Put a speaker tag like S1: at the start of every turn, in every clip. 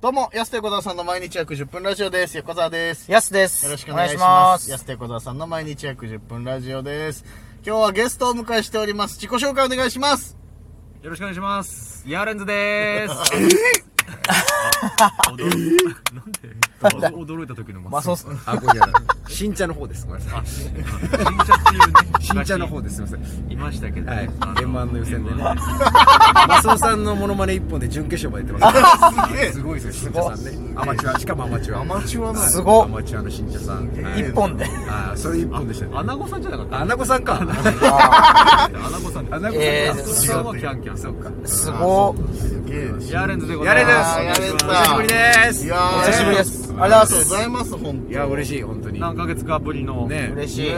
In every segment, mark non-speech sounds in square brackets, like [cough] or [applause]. S1: どうも、安手小沢さんの毎日約10分ラジオです。横澤です。
S2: やすです。
S1: よろしくお願いします。安手小沢さんの毎日約10分ラジオです。今日はゲストをお迎えしております。自己紹介お願いします。
S3: よろしくお願いします。ヤーレンズでーす。驚いなんで驚いた時の
S2: まあ、そうっ
S3: す。
S2: す。
S4: あ、これじゃない。新茶の方です。ごめんなさい。
S3: 新茶っていうね、
S4: 新茶の方です。すみません。
S3: いましたけど、
S4: はい
S3: あ。
S4: M1 の予選でね
S3: M1。
S4: マスオさんのモノマネ一本で準決勝まで行ってます。すごいですよ、新茶さんね。アマチュア、しかもアマチュア。
S1: アマチュアなの
S2: すごっ
S4: アマチュアの新茶さん。はい
S2: 一本で。
S4: あー、それ一本でしたね。
S3: アナゴさんじゃなかった
S4: アナゴさんか。
S3: アナゴさん。
S4: アナゴ
S2: え
S4: さん
S2: ー
S4: か。
S3: それはもうキャンキャン。そうか。
S2: すご
S1: すげえ。
S3: ヤーレンズでご
S4: や
S3: ざ
S4: れ
S3: い
S4: で
S3: ます。
S1: ヤーレンズ
S4: す。
S1: だ
S4: お久しぶりです。
S1: い
S4: い
S1: や
S4: や
S1: ー
S2: お久しぶりです。あり
S1: あ
S2: が
S1: り
S2: と
S1: がとうご
S2: うご
S1: ざ
S2: ざい
S1: い
S2: ま
S1: ます、本当に。
S4: ー、嬉しい、本当に。
S3: 何
S4: ね
S3: ヶ月かぶりの、
S2: す。嬉しい
S1: ね。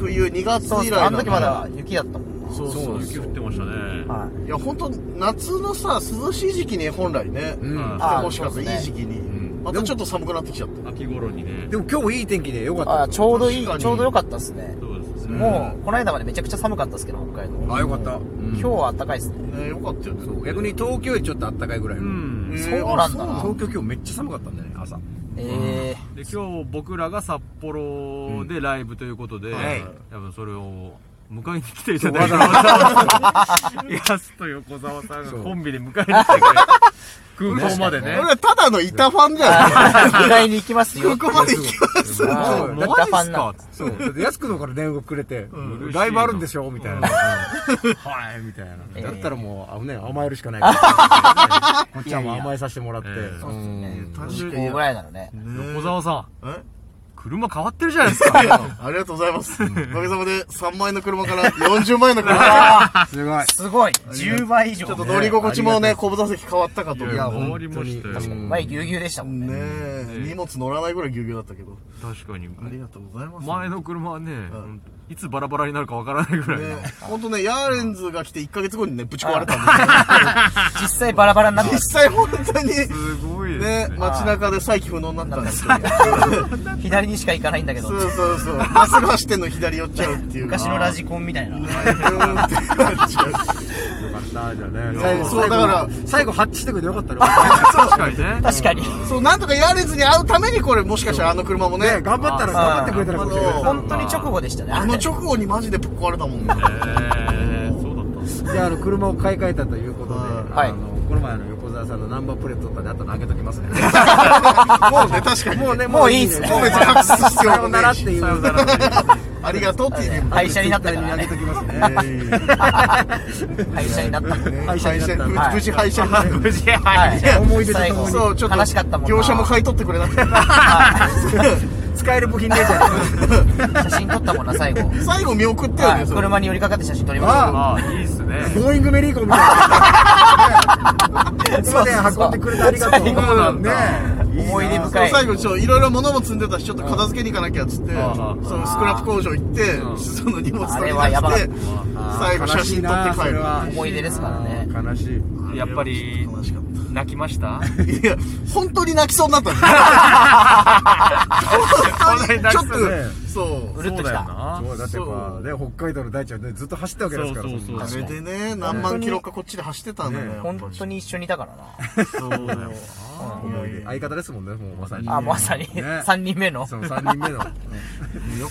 S1: 冬2月
S2: そうっ
S1: 以
S2: す。あ
S1: 来の
S2: の時まだ雪だったもんな。
S1: そう
S3: そ
S1: そうう
S3: 雪降ってましたね。
S2: はい。
S1: いや本当夏のさ涼しい時期に本来ね、
S4: う
S3: うん
S4: ん。
S1: 来てほしかった、
S2: あーそう
S1: い
S2: ですね
S1: い時期に、
S4: ん
S1: またちょっと寒くなってきちゃった
S3: 秋頃にね。
S4: でも今日いい天気でよかった
S2: あ、
S4: です。
S2: ちょうどい
S1: 確か
S2: い、
S1: に
S2: ちょうど良かったですね。
S3: そうですね。
S2: もう、この間までめちゃくちゃ寒かったですけど、北海道。
S4: あ、よかった。うん
S2: 今日は暖かいですね。
S1: ねよかったよね
S4: そう逆に東京よりちょっと暖かいぐらいうの。
S3: ん。
S1: えー
S2: そうなんだ
S1: あ
S4: 東京今日めっちゃ寒かったんだよね、朝。
S2: え
S3: で今日僕らが札幌でライブということで、
S4: はい
S3: 多分それを迎えに来ていただいた [laughs] わヤスと横澤さんがコンビで迎えに来てくれて空港までね
S1: 俺はただの板ファンじゃ [laughs]
S2: ー。意外に行きます
S1: んこ
S2: よ。
S1: こまで行きます
S4: [laughs] そう
S2: あ
S4: そ
S2: ー
S4: う
S2: だったファンな
S3: マ
S2: ん
S3: ジっすか
S4: そう。だって安くのから電話くれて、
S3: ん
S4: ライブあるんでしょみたいな。はい、みたいな。だったらもう、あのね、甘えるしかないから。こっちはもう甘えさせてもらって。
S3: ええ
S4: うん
S2: 2個ぐらいなのね。
S3: 横澤さん
S1: え
S3: 車変わってるじゃないです
S1: [laughs]
S3: か
S1: ありがとうございますおかげさまで3万円の車から40万円の
S2: [laughs]
S1: 車
S4: すごい。
S2: すごい !10 倍以上
S1: ちょっ。と乗り心地もね後部座席変わったかと
S3: いや
S1: ね
S3: 回りましたよ
S4: 本当に
S2: 前ぎゅうぎゅうでしたもんね。
S1: え荷物乗らないぐらいぎゅうぎゅうだったけど
S3: 確かに
S1: ありがとうございます
S3: 前の車はね、いつバラバラになるかわからないぐらいの、
S1: ね本当ねヤーレンズが来て1ヶ月後にねぶち壊れたんで
S2: 実際バラバラになってます
S1: 実際本当に
S3: すごいですね
S1: ね街中で再起不能になったんですけど
S2: 左にしか行かないんだけど
S1: そ、うそうそうまっすぐ走ってんの左寄っちゃうっていう
S2: 昔のラジコンみたいな。
S4: 最後
S1: そうだから、
S4: 最後ハッチしてくれてよかったの。
S3: 確かにね
S2: 確かに。
S1: そうなんとかやれずに会うためにこれもしかしたらあの車もね
S4: ね、頑張ったら頑張ってくれたらかもしれない
S1: そう
S2: 本当に直後でしたね。
S1: あの直後にマジでぶっ壊れたもんね
S3: えー、そうだったんですね
S4: じゃあ、あの、車を買い替えたということで、
S2: はい
S4: あの、この前あの、横澤さんのナンバープレート取ったんで、あと投げときますね。
S1: もうね確かに
S4: [laughs] もうね、
S2: もういいっすね
S1: もう別に隠す必要
S4: さ
S1: もね
S4: よな
S1: え
S4: らっ
S1: して
S4: いう。
S1: ありがとうって言
S2: 廃車になったか
S4: に
S2: ら
S4: 投げ
S2: ね
S4: と。きますね。
S2: 廃車になった。
S1: え
S4: 廃車になった
S1: 廃無事廃車になった
S3: 無事
S2: はい
S4: や思い出と
S2: 最
S4: と
S2: 後
S4: もに
S1: そうちょっと
S2: 悲しかったもんな
S1: 業者も買い取ってくれなくて
S4: 使える部品ねえじゃ
S2: 写
S4: ん。
S2: 真撮ったもんな最後
S1: 最後見送ったよ
S2: は
S1: ね
S2: い
S1: それ
S2: 車に寄りかかって写真撮りました
S3: ああいいっすね
S4: [laughs] ボーイングメリーコみたいな。すません運んでくれてありがとう。
S2: そう
S3: そうなんだ
S4: ね
S2: 思い出
S1: そ
S2: 深
S1: う
S2: い
S1: 最後ちょいろいろ物も積んでたしちょっと片付けに行かなきゃっつってそ
S3: あ
S1: のスクラップ工場行ってその荷物取り出
S2: あれはやばかっ
S1: して最後写真撮って帰る
S2: 思い出ですからね
S4: 悲しい。
S3: やっぱり
S1: 悲しかった
S3: 泣きました
S1: いや、本当に泣きそうになったんです本当にちょっ
S3: 本当に泣きそう
S4: ね
S1: と、そう。
S2: るっときた
S3: な
S4: そうだってやっぱね北海道の大地はねずっと走ったわけですから。
S3: そうそうそう
S4: の
S1: それでね、何万キロかこっちで走ってたんだね。
S2: 本当に一緒にいたからな
S1: そう
S4: 思い出
S1: よ。
S4: 相方ですもんねもうまさに。
S2: あまさに
S4: ね
S2: 3人目の
S4: その三人目の。
S1: よ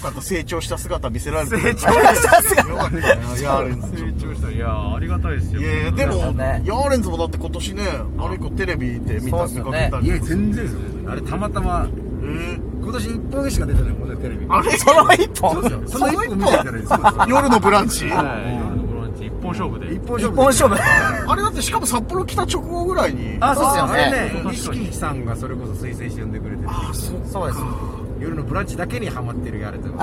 S1: かった、成長した姿見せられて。
S3: 成
S1: 長した姿よかったね。ヤーレンズちょっ
S3: 成長したいやーありがたいです
S1: と。
S3: よ
S1: いやいや、でも、
S2: そうだね
S1: ヤーレンズもだって今年ね、あれ以降テレビで見
S2: そ
S1: た、
S2: うっす
S1: 見
S2: よ
S1: か
S2: ね
S1: けた
S4: い
S1: り
S4: や
S1: とか。
S4: 全然ですよ。あれたまたま
S1: えー
S4: 今年一本しか出てないもんねテレビ。
S1: あれ
S2: その一
S4: そうです
S2: 本
S4: よ。その一本見てたらいいですよ。
S1: 夜のブランチ
S3: はい夜のブランチ一本勝負で
S4: 一本
S2: 一
S4: 勝負。
S2: 本勝負
S1: あれだってしかも札幌来た直後ぐらいに。
S4: あ、そうです
S2: そう
S4: よ
S2: ですよね
S4: ね。あれね、錦木さんがそれこそ推薦して呼んでくれてて、
S2: そうです
S4: 夜のブランチだけにハマってるやれ [laughs] てる。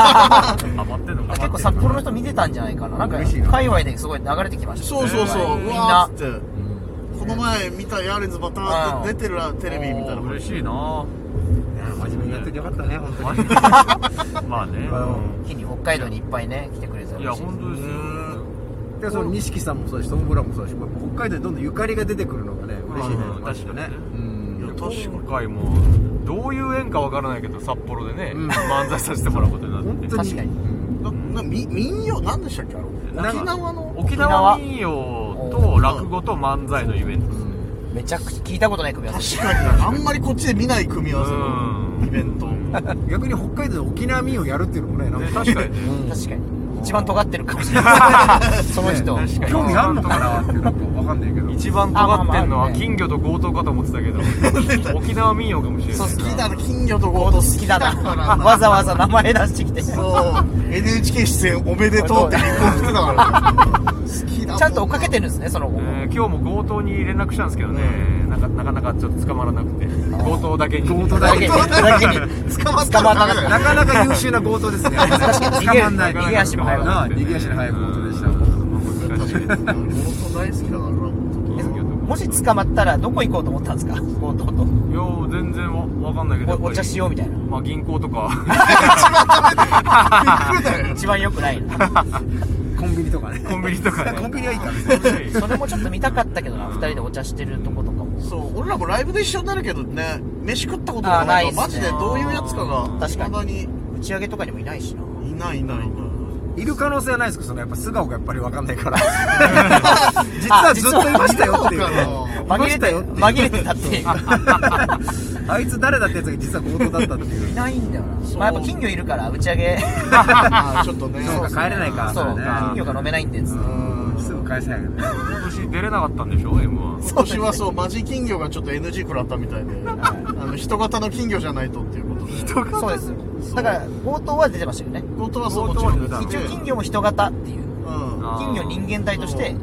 S3: ハマってんのか
S2: 結構札幌の人見てたんじゃないかななんか
S4: 嬉しいな
S2: 界隈ですごい流れてきました
S1: そうそうそう、う
S2: みん
S1: わー
S2: な
S1: っつって。この前見たヤーレンズまた出てるなテレビみたいな
S3: 嬉しいなぁ
S4: 真面目にやっててよかったね、本当に。
S3: まあね
S2: 日に北海道にいっぱいね来てくれてた
S3: い
S2: ら
S3: や
S2: しい
S3: 本当ですよ
S4: で、その錦さんもそうだし、トム・ブラウンもそうだし、やっぱ北海道にどんどんゆかりが出てくるのがね、嬉しいね
S3: うん。確かにね
S4: うん。
S3: 今回もどういう縁かわからないけど札幌でね
S4: うん
S3: 漫才させてもらうことにな
S4: 本
S3: って
S4: 当に。
S2: 確かに
S4: うん
S1: ななみ民謡なんでしたっけあれ
S3: なんか
S1: 沖縄の
S3: 沖縄民謡と落語と漫才のイベント
S2: めちゃくちゃ聞いたことない組み合わせ
S1: 確かになあんまりこっちで見ない組み合わせ
S3: う
S1: のイベント
S4: 逆に北海道で沖縄民謡やるっていうのもねなん
S3: ね
S4: か
S3: 確かにね
S2: 確かに一番尖ってるかもしれないその人、
S3: 確かに
S4: [laughs] 興味あんのかなっていうのも分かんないけど
S3: 一番尖ってん
S2: あ
S3: の
S2: まあまあ
S3: は
S2: ね
S3: 金魚と強盗かと思ってたけど沖縄民謡かもしれない
S2: そう
S1: 好きだな金魚とゴード好
S2: 好きだな
S1: わ
S2: わざわざ名前出してきてち
S1: そう NHK 出演おめでとうって結婚してたからね好きだも
S2: ゃんと追っかけてるんですねその後
S3: えー今日も強盗に連絡したんですけどね、なんかなかなかちょっと捕まらなくて強盗だけに
S4: 強盗だ
S2: だ
S4: け
S2: け
S4: に
S2: に
S1: だ
S2: だ
S1: け
S2: け
S1: に
S2: に
S1: 捕まった
S2: 捕まらなかった
S4: [laughs] なかなか優秀な強盗ですね [laughs]
S2: に逃げる逃げ足も速
S4: な
S2: か
S4: あ逃げ足の速い強盗でした
S3: うん難しいですね
S1: ゴード大好きだからな
S2: もし捕まったらどこ行こうと思ったんですか強盗と
S3: いやー全然わわかんないけどやっぱ
S2: お
S3: り
S2: お茶しようみたい [laughs] な
S3: まあ銀行とか
S2: 一番良くないな
S4: コンビニとかね
S3: コンビニとかね
S4: コンビニはいいからね
S2: それもちょっと見たかったけどな二人でお茶してるとことかも
S1: そう俺らもライブで一緒になるけどね飯食ったことが
S2: あー
S1: な
S2: ないい
S1: か
S2: っす
S1: ら
S2: ね
S1: マジでどういうやつかが
S2: 確かに
S1: 未だにい
S2: 打ち上げとかにもいないしな
S1: ないいないい
S2: [laughs]
S1: ない
S4: いる可能性はないですけどそのやっぱ素顔がやっぱり分かんな
S2: [laughs]
S4: いから実はずっといましたよっていうね
S2: 紛れて紛れてたっていう
S4: あいつ誰だってやつが実は強盗だったってい
S2: [laughs] いうないんだよなまあやっぱ金魚いるから打ち上げ
S1: あーちょっとね
S4: そうか帰れないか
S2: そう
S4: れね
S2: 金魚が飲めないんでつって
S4: うんすぐ返せないけどね
S3: 今年出れなかったんでしょ M は
S1: 今年はそうマジ金魚がちょっと NG 食らったみたいであの人型の金魚じゃないとっていうことで
S2: そうです
S1: そう
S2: だから強盗は出てましたよね
S1: 本当はそうも
S3: 強
S1: ち
S3: 盗
S1: ろ
S3: は
S1: ん
S3: 出た
S2: 一応金魚も人型っていう
S1: うん
S3: あー
S2: 金魚人間体として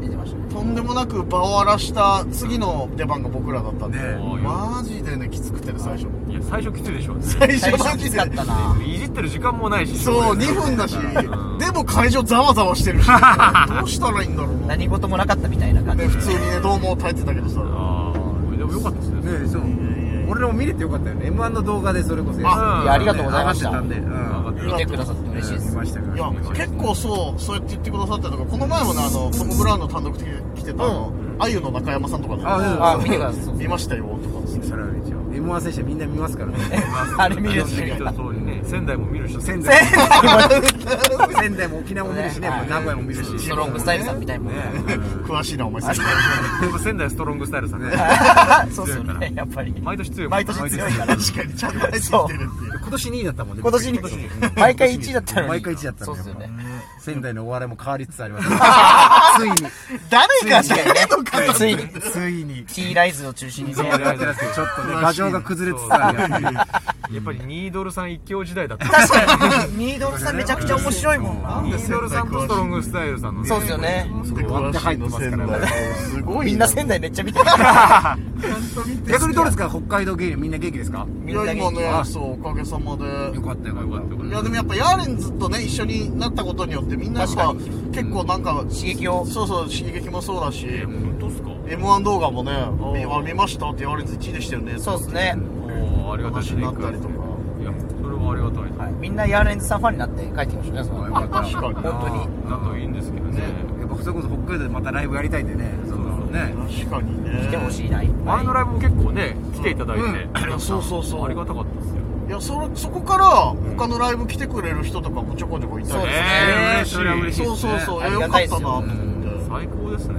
S2: 出てましたね
S1: とんでもなく場を荒らした次の出番が僕らだったんで、
S4: ね
S1: マジでねきつくてね最初
S3: いや最初きついでしょ
S1: 最
S2: 最
S1: 初マ
S2: 初
S1: ジ
S2: きつ
S1: で
S2: かったない
S3: じってる時間もないし
S1: そう
S3: ね
S1: 2分だし
S3: ん
S1: でも会場ざわざわしてるしどうしたらいいんだろうな
S2: 何事もなかったみたいな感じ
S1: ね普通にねどうも耐えてたけどさ
S3: ああでもよかったですね
S4: ねそう俺らも見れてよかったよね m 1の動画でそれこそ
S1: あ
S2: いやありがとうございました
S4: 上がってたんでうん
S3: 上がって
S2: 見てくださって嬉しいです
S4: 見ましたから
S1: いや結構そうそうやって言ってくださったりとかこの前もねあのトム・ブラウンの単独で来てたあのあゆの中山さんとかね
S4: あうん
S2: あ見てください
S1: 見ましたよとかですね
S4: それは一応 m 1選手はみんな見ますからね
S2: あれ見るんです
S3: 見る人そうにね仙台も見る人仙
S4: 仙台も仙台も沖縄も見るしねやっぱ名古屋も見るし
S2: ストロングスタイルさんみたいもんね
S1: 詳しいなお前さ
S3: 仙台ストロングスタイルさんね
S2: そうっすよねやっぱり
S3: 毎年強いもん
S2: 毎年強いから
S1: 確かにちゃんと入ってきてるっていう
S4: 今年2位だったもんね
S2: 今年に毎回1位だったのに
S4: 毎回1位だった
S2: そ
S4: の
S2: う
S4: に
S2: っすよね
S4: 仙台のお笑いも変わりつつあります [laughs] ついに
S2: 誰かしかねついに
S4: ついに
S2: T ライズを中心にね
S4: やってますけどちょっとね牙城が崩れつつあるやつ
S3: やっぱりニードルさん一強時代だった
S2: 確かにミードルさんめちゃくちゃ面白いもんな
S3: ニードルさんとストロングスタイルさんの
S2: そうっすよね
S1: 詳しいの仙台すごい
S2: みんな仙台めっちゃ見てる
S4: [laughs] 逆にどうですか北海道芸人みんな元気ですか
S1: い
S2: みんな
S1: や
S2: 元
S1: 今
S2: 気
S1: ねそうおかげさまで
S4: よかったよかった
S1: いやでもやっぱヤーレンズとね一緒になったことによってみんなやっぱ
S2: 確か
S1: 結構なんか刺
S2: 激を
S1: そうそう刺激もそうだし
S3: 本当っすか
S1: M1 動画もね見あ見ましたってヤーレンズ1位でしたよね
S2: そうっすね
S3: おおありがたいですね
S1: 話になったりとか
S3: いやそれはありがたいです
S2: はいみんなヤーレンズさんファンになって帰ってきましたねその
S4: よかった
S1: 確か
S2: 本当に
S3: だといいんですけどね
S4: やっぱそれこそ北海道でまたライブやりたいんでねそのね
S1: に確かにね
S2: 来てほしいな、いっぱ
S3: 前
S2: い
S3: のライブも結構ね来ていただいて
S1: いやそうそうそう
S3: ありがたかったですよ
S1: いやそれそこから他のライブ来てくれる人とかもちょこちょこいたり
S2: そうですね
S3: えーそれは嬉しい
S1: そうそうそういや
S2: あり
S1: よか
S2: が
S1: ったた
S2: いっ
S1: なと
S2: すよ
S1: 思って
S3: 最高ですね
S1: ね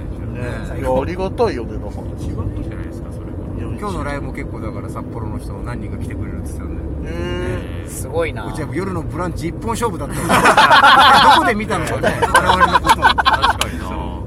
S4: ね
S1: いやありがたいよねだから
S3: 違うじゃないですかそれはい
S1: や
S4: 今日のライブも結構だから札幌の人何人か来てくれるって言ってたんで
S1: え
S2: すごいな
S4: うちは夜のブランチ一本勝負だったん [laughs] でどこで見たのかね我々のことを
S3: 確かにな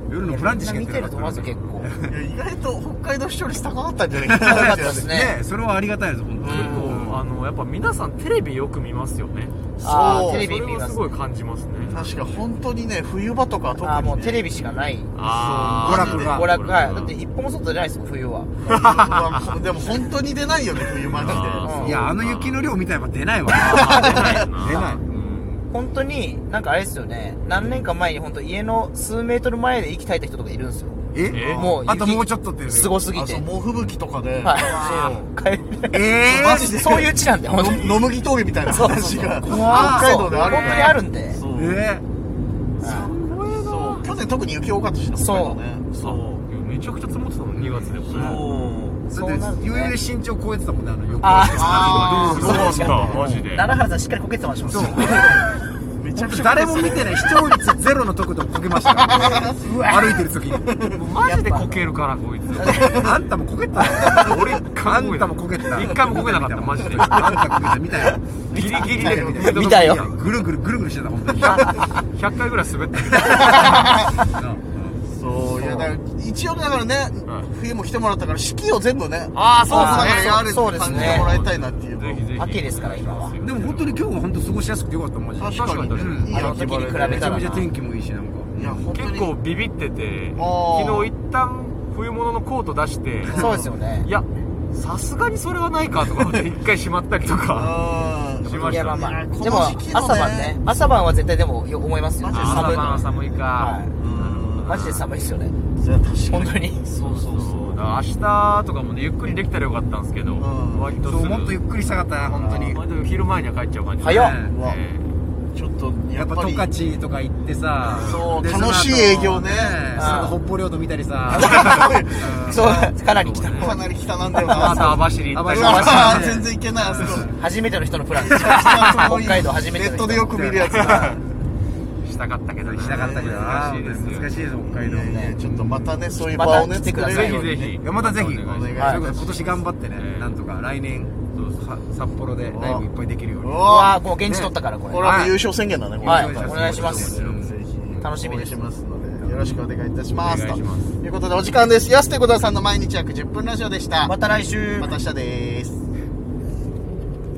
S4: 夜のブランチしかや
S2: みんな見て
S4: ってな
S2: る
S4: か
S2: と
S4: った
S2: 思いますよ結構
S1: ーいや意外と北海道視聴率高かったんじゃないかな
S2: 高 [laughs] かったですね
S4: ねそれはありがたいです本当
S3: 結
S4: に
S3: 構あのやっぱ皆さんテレビよく見ますよね
S2: あ
S1: そ
S2: ー
S1: う
S2: テレ
S3: そ
S2: ビ
S3: れ
S2: 見
S3: は
S2: ますす
S3: ごい感じますね
S1: 確か本当にね冬場とかは特に、ね、
S2: あーもう
S1: [laughs]
S2: テレビしかない
S3: あー
S4: 娯楽が
S2: 娯楽はいだって一歩も外じゃないですもん冬は
S1: うわでも本当に出ないよね冬マジで
S3: あ
S4: いやあの雪の量見たらやっぱ出ないわ
S3: 出ないよな
S4: 出ない
S3: うん
S2: 本当になんかあれですよね何年か前に本当家の数メートル前で息絶えた人とかいるんですよ
S4: え
S3: え
S2: もう
S4: あともうちょっとっていう
S2: すごすぎ
S1: あ
S2: て
S1: そう猛吹雪とかで、
S2: はい帰れない
S4: え
S1: マ
S4: ー
S1: ジで
S2: [laughs] そういう地なんだよ本当に
S1: の野麦峠みたいな
S2: そうそう
S1: 話
S2: そう
S1: が
S4: 怖
S1: 北海道である
S2: 本当にあるんで
S1: そう
S4: え
S1: そう去年特に雪多かったしね北海道ね
S3: そういやめちゃくちゃ積もってたもん2月でもね
S1: そう
S4: それで
S2: そうなるね
S4: ゆうゆう身長超えてたもんねあの横
S2: あー
S3: そう
S1: そう
S3: なんだマジで
S2: 奈良原さんしっかりこけてましたもん
S1: め
S4: めちゃくちゃ誰も見てない視聴率ゼロのとこでもこけましたから歩いてる時に
S3: もうマジでこけるからこいつ
S4: あんたもこけたよ
S3: 俺一
S4: あ
S3: 回もこ
S4: ん
S3: けた
S4: たもこけてた
S3: 一回もこけなかったマジで
S4: あんたこけた見たよ
S3: ギリギリで
S2: 見た
S3: [laughs]
S2: よ
S4: ぐるぐるぐるぐるしてた本当に
S3: 100回ぐらい滑った
S1: そういやだから一応だからね、
S3: はい
S1: 冬も来てもらったから式を全部ね
S3: ああ
S1: だからや
S2: あ
S1: れ
S2: ー
S1: て
S2: そう
S1: 感
S2: で
S1: じ
S2: すね
S1: てもらいたいなっていう
S3: ぜひぜひ
S2: 秋ですから今は
S4: でも本当に今日は本当過ごしやすくてよかったマジ
S1: 確
S4: で
S1: かにね
S3: 確かに
S1: いい
S2: あの
S1: 秋
S2: 時
S1: 晴
S2: に
S1: れ
S2: 比
S1: で
S2: べたら
S4: めちゃめちゃ天気もいいしなんか
S1: いや本当に
S3: 結構ビビってて昨
S1: あー
S3: 日一旦冬物のコート出して
S2: そうですよね
S3: いやさすがにそれはないかとか
S4: [laughs]
S3: 思って一回しまったりとか
S1: うん
S3: しま
S2: い
S3: し
S2: や
S3: た
S2: まあま
S1: い
S2: あ
S1: やこの
S2: でも
S1: 時期のね
S2: 朝晩ね朝晩は絶対でもよ思いますよ
S1: マジで
S3: 朝
S2: 寒い
S3: 晩は寒いか
S2: は
S1: うん
S2: いマジで寒いですよね
S1: それは確か
S2: 本
S1: に
S2: 当に
S1: そうそうそう
S3: そうだから明日とかもねゆっくりできたらよかったんですけど
S1: ん
S3: 割とす
S4: そ
S3: ぐ
S4: うもっとゆっくりしたかったな本当に
S3: 割と昼前には帰っちゃう感じ
S2: 早っ
S3: ね
S1: うわ
S3: え
S1: ちょっと
S4: や
S1: や
S4: っ
S1: っ
S4: ぱ
S1: ぱ
S4: 十
S1: り
S4: 勝とか行ってさ
S1: そう
S4: での
S1: 楽しい営業ね
S4: その後北方領土見た
S1: [laughs]
S4: りさ
S2: そうかなり来た
S3: そうね
S1: かなり汚なんだよ
S3: えあと
S1: [laughs] な
S3: 網走行ったり
S1: う
S3: と
S4: 網
S3: か
S4: 走
S1: わ全然いけないあそこ
S2: 初めての人のプラ
S1: [laughs]
S2: ン
S1: 北
S2: 北海道初めて
S1: ネッ
S2: の人
S1: トでよく見るやつだ
S3: したかったけどね
S4: しなかったけど
S3: 難しいですよ
S4: 難しいです北海
S1: い
S4: 道
S1: やいやちょっとまたねそういう場をね
S2: また来てくださ
S1: 作れる
S3: ぜ
S1: よ
S3: ひ
S1: うに
S3: ぜひ
S4: いやまたぜひ
S3: お願いし
S1: お願いし
S3: ます
S1: ます
S4: それこそ今年頑張ってねなんとか来年さ札幌でライブいっぱいできるよう
S1: う
S4: に
S2: うわ
S1: わ
S2: あもう現地取ったからこ
S1: こ
S2: れ
S1: れは優勝宣言だねこれ
S2: はい
S1: ぜ
S2: お願いします
S4: うん
S1: ひ
S2: 楽しみです
S1: 応援しますのでよろしくお願いいたします
S3: お願いします
S1: ということでお時間です安手小田さんの毎日約10分ラジオでした
S2: また来週
S1: また明日です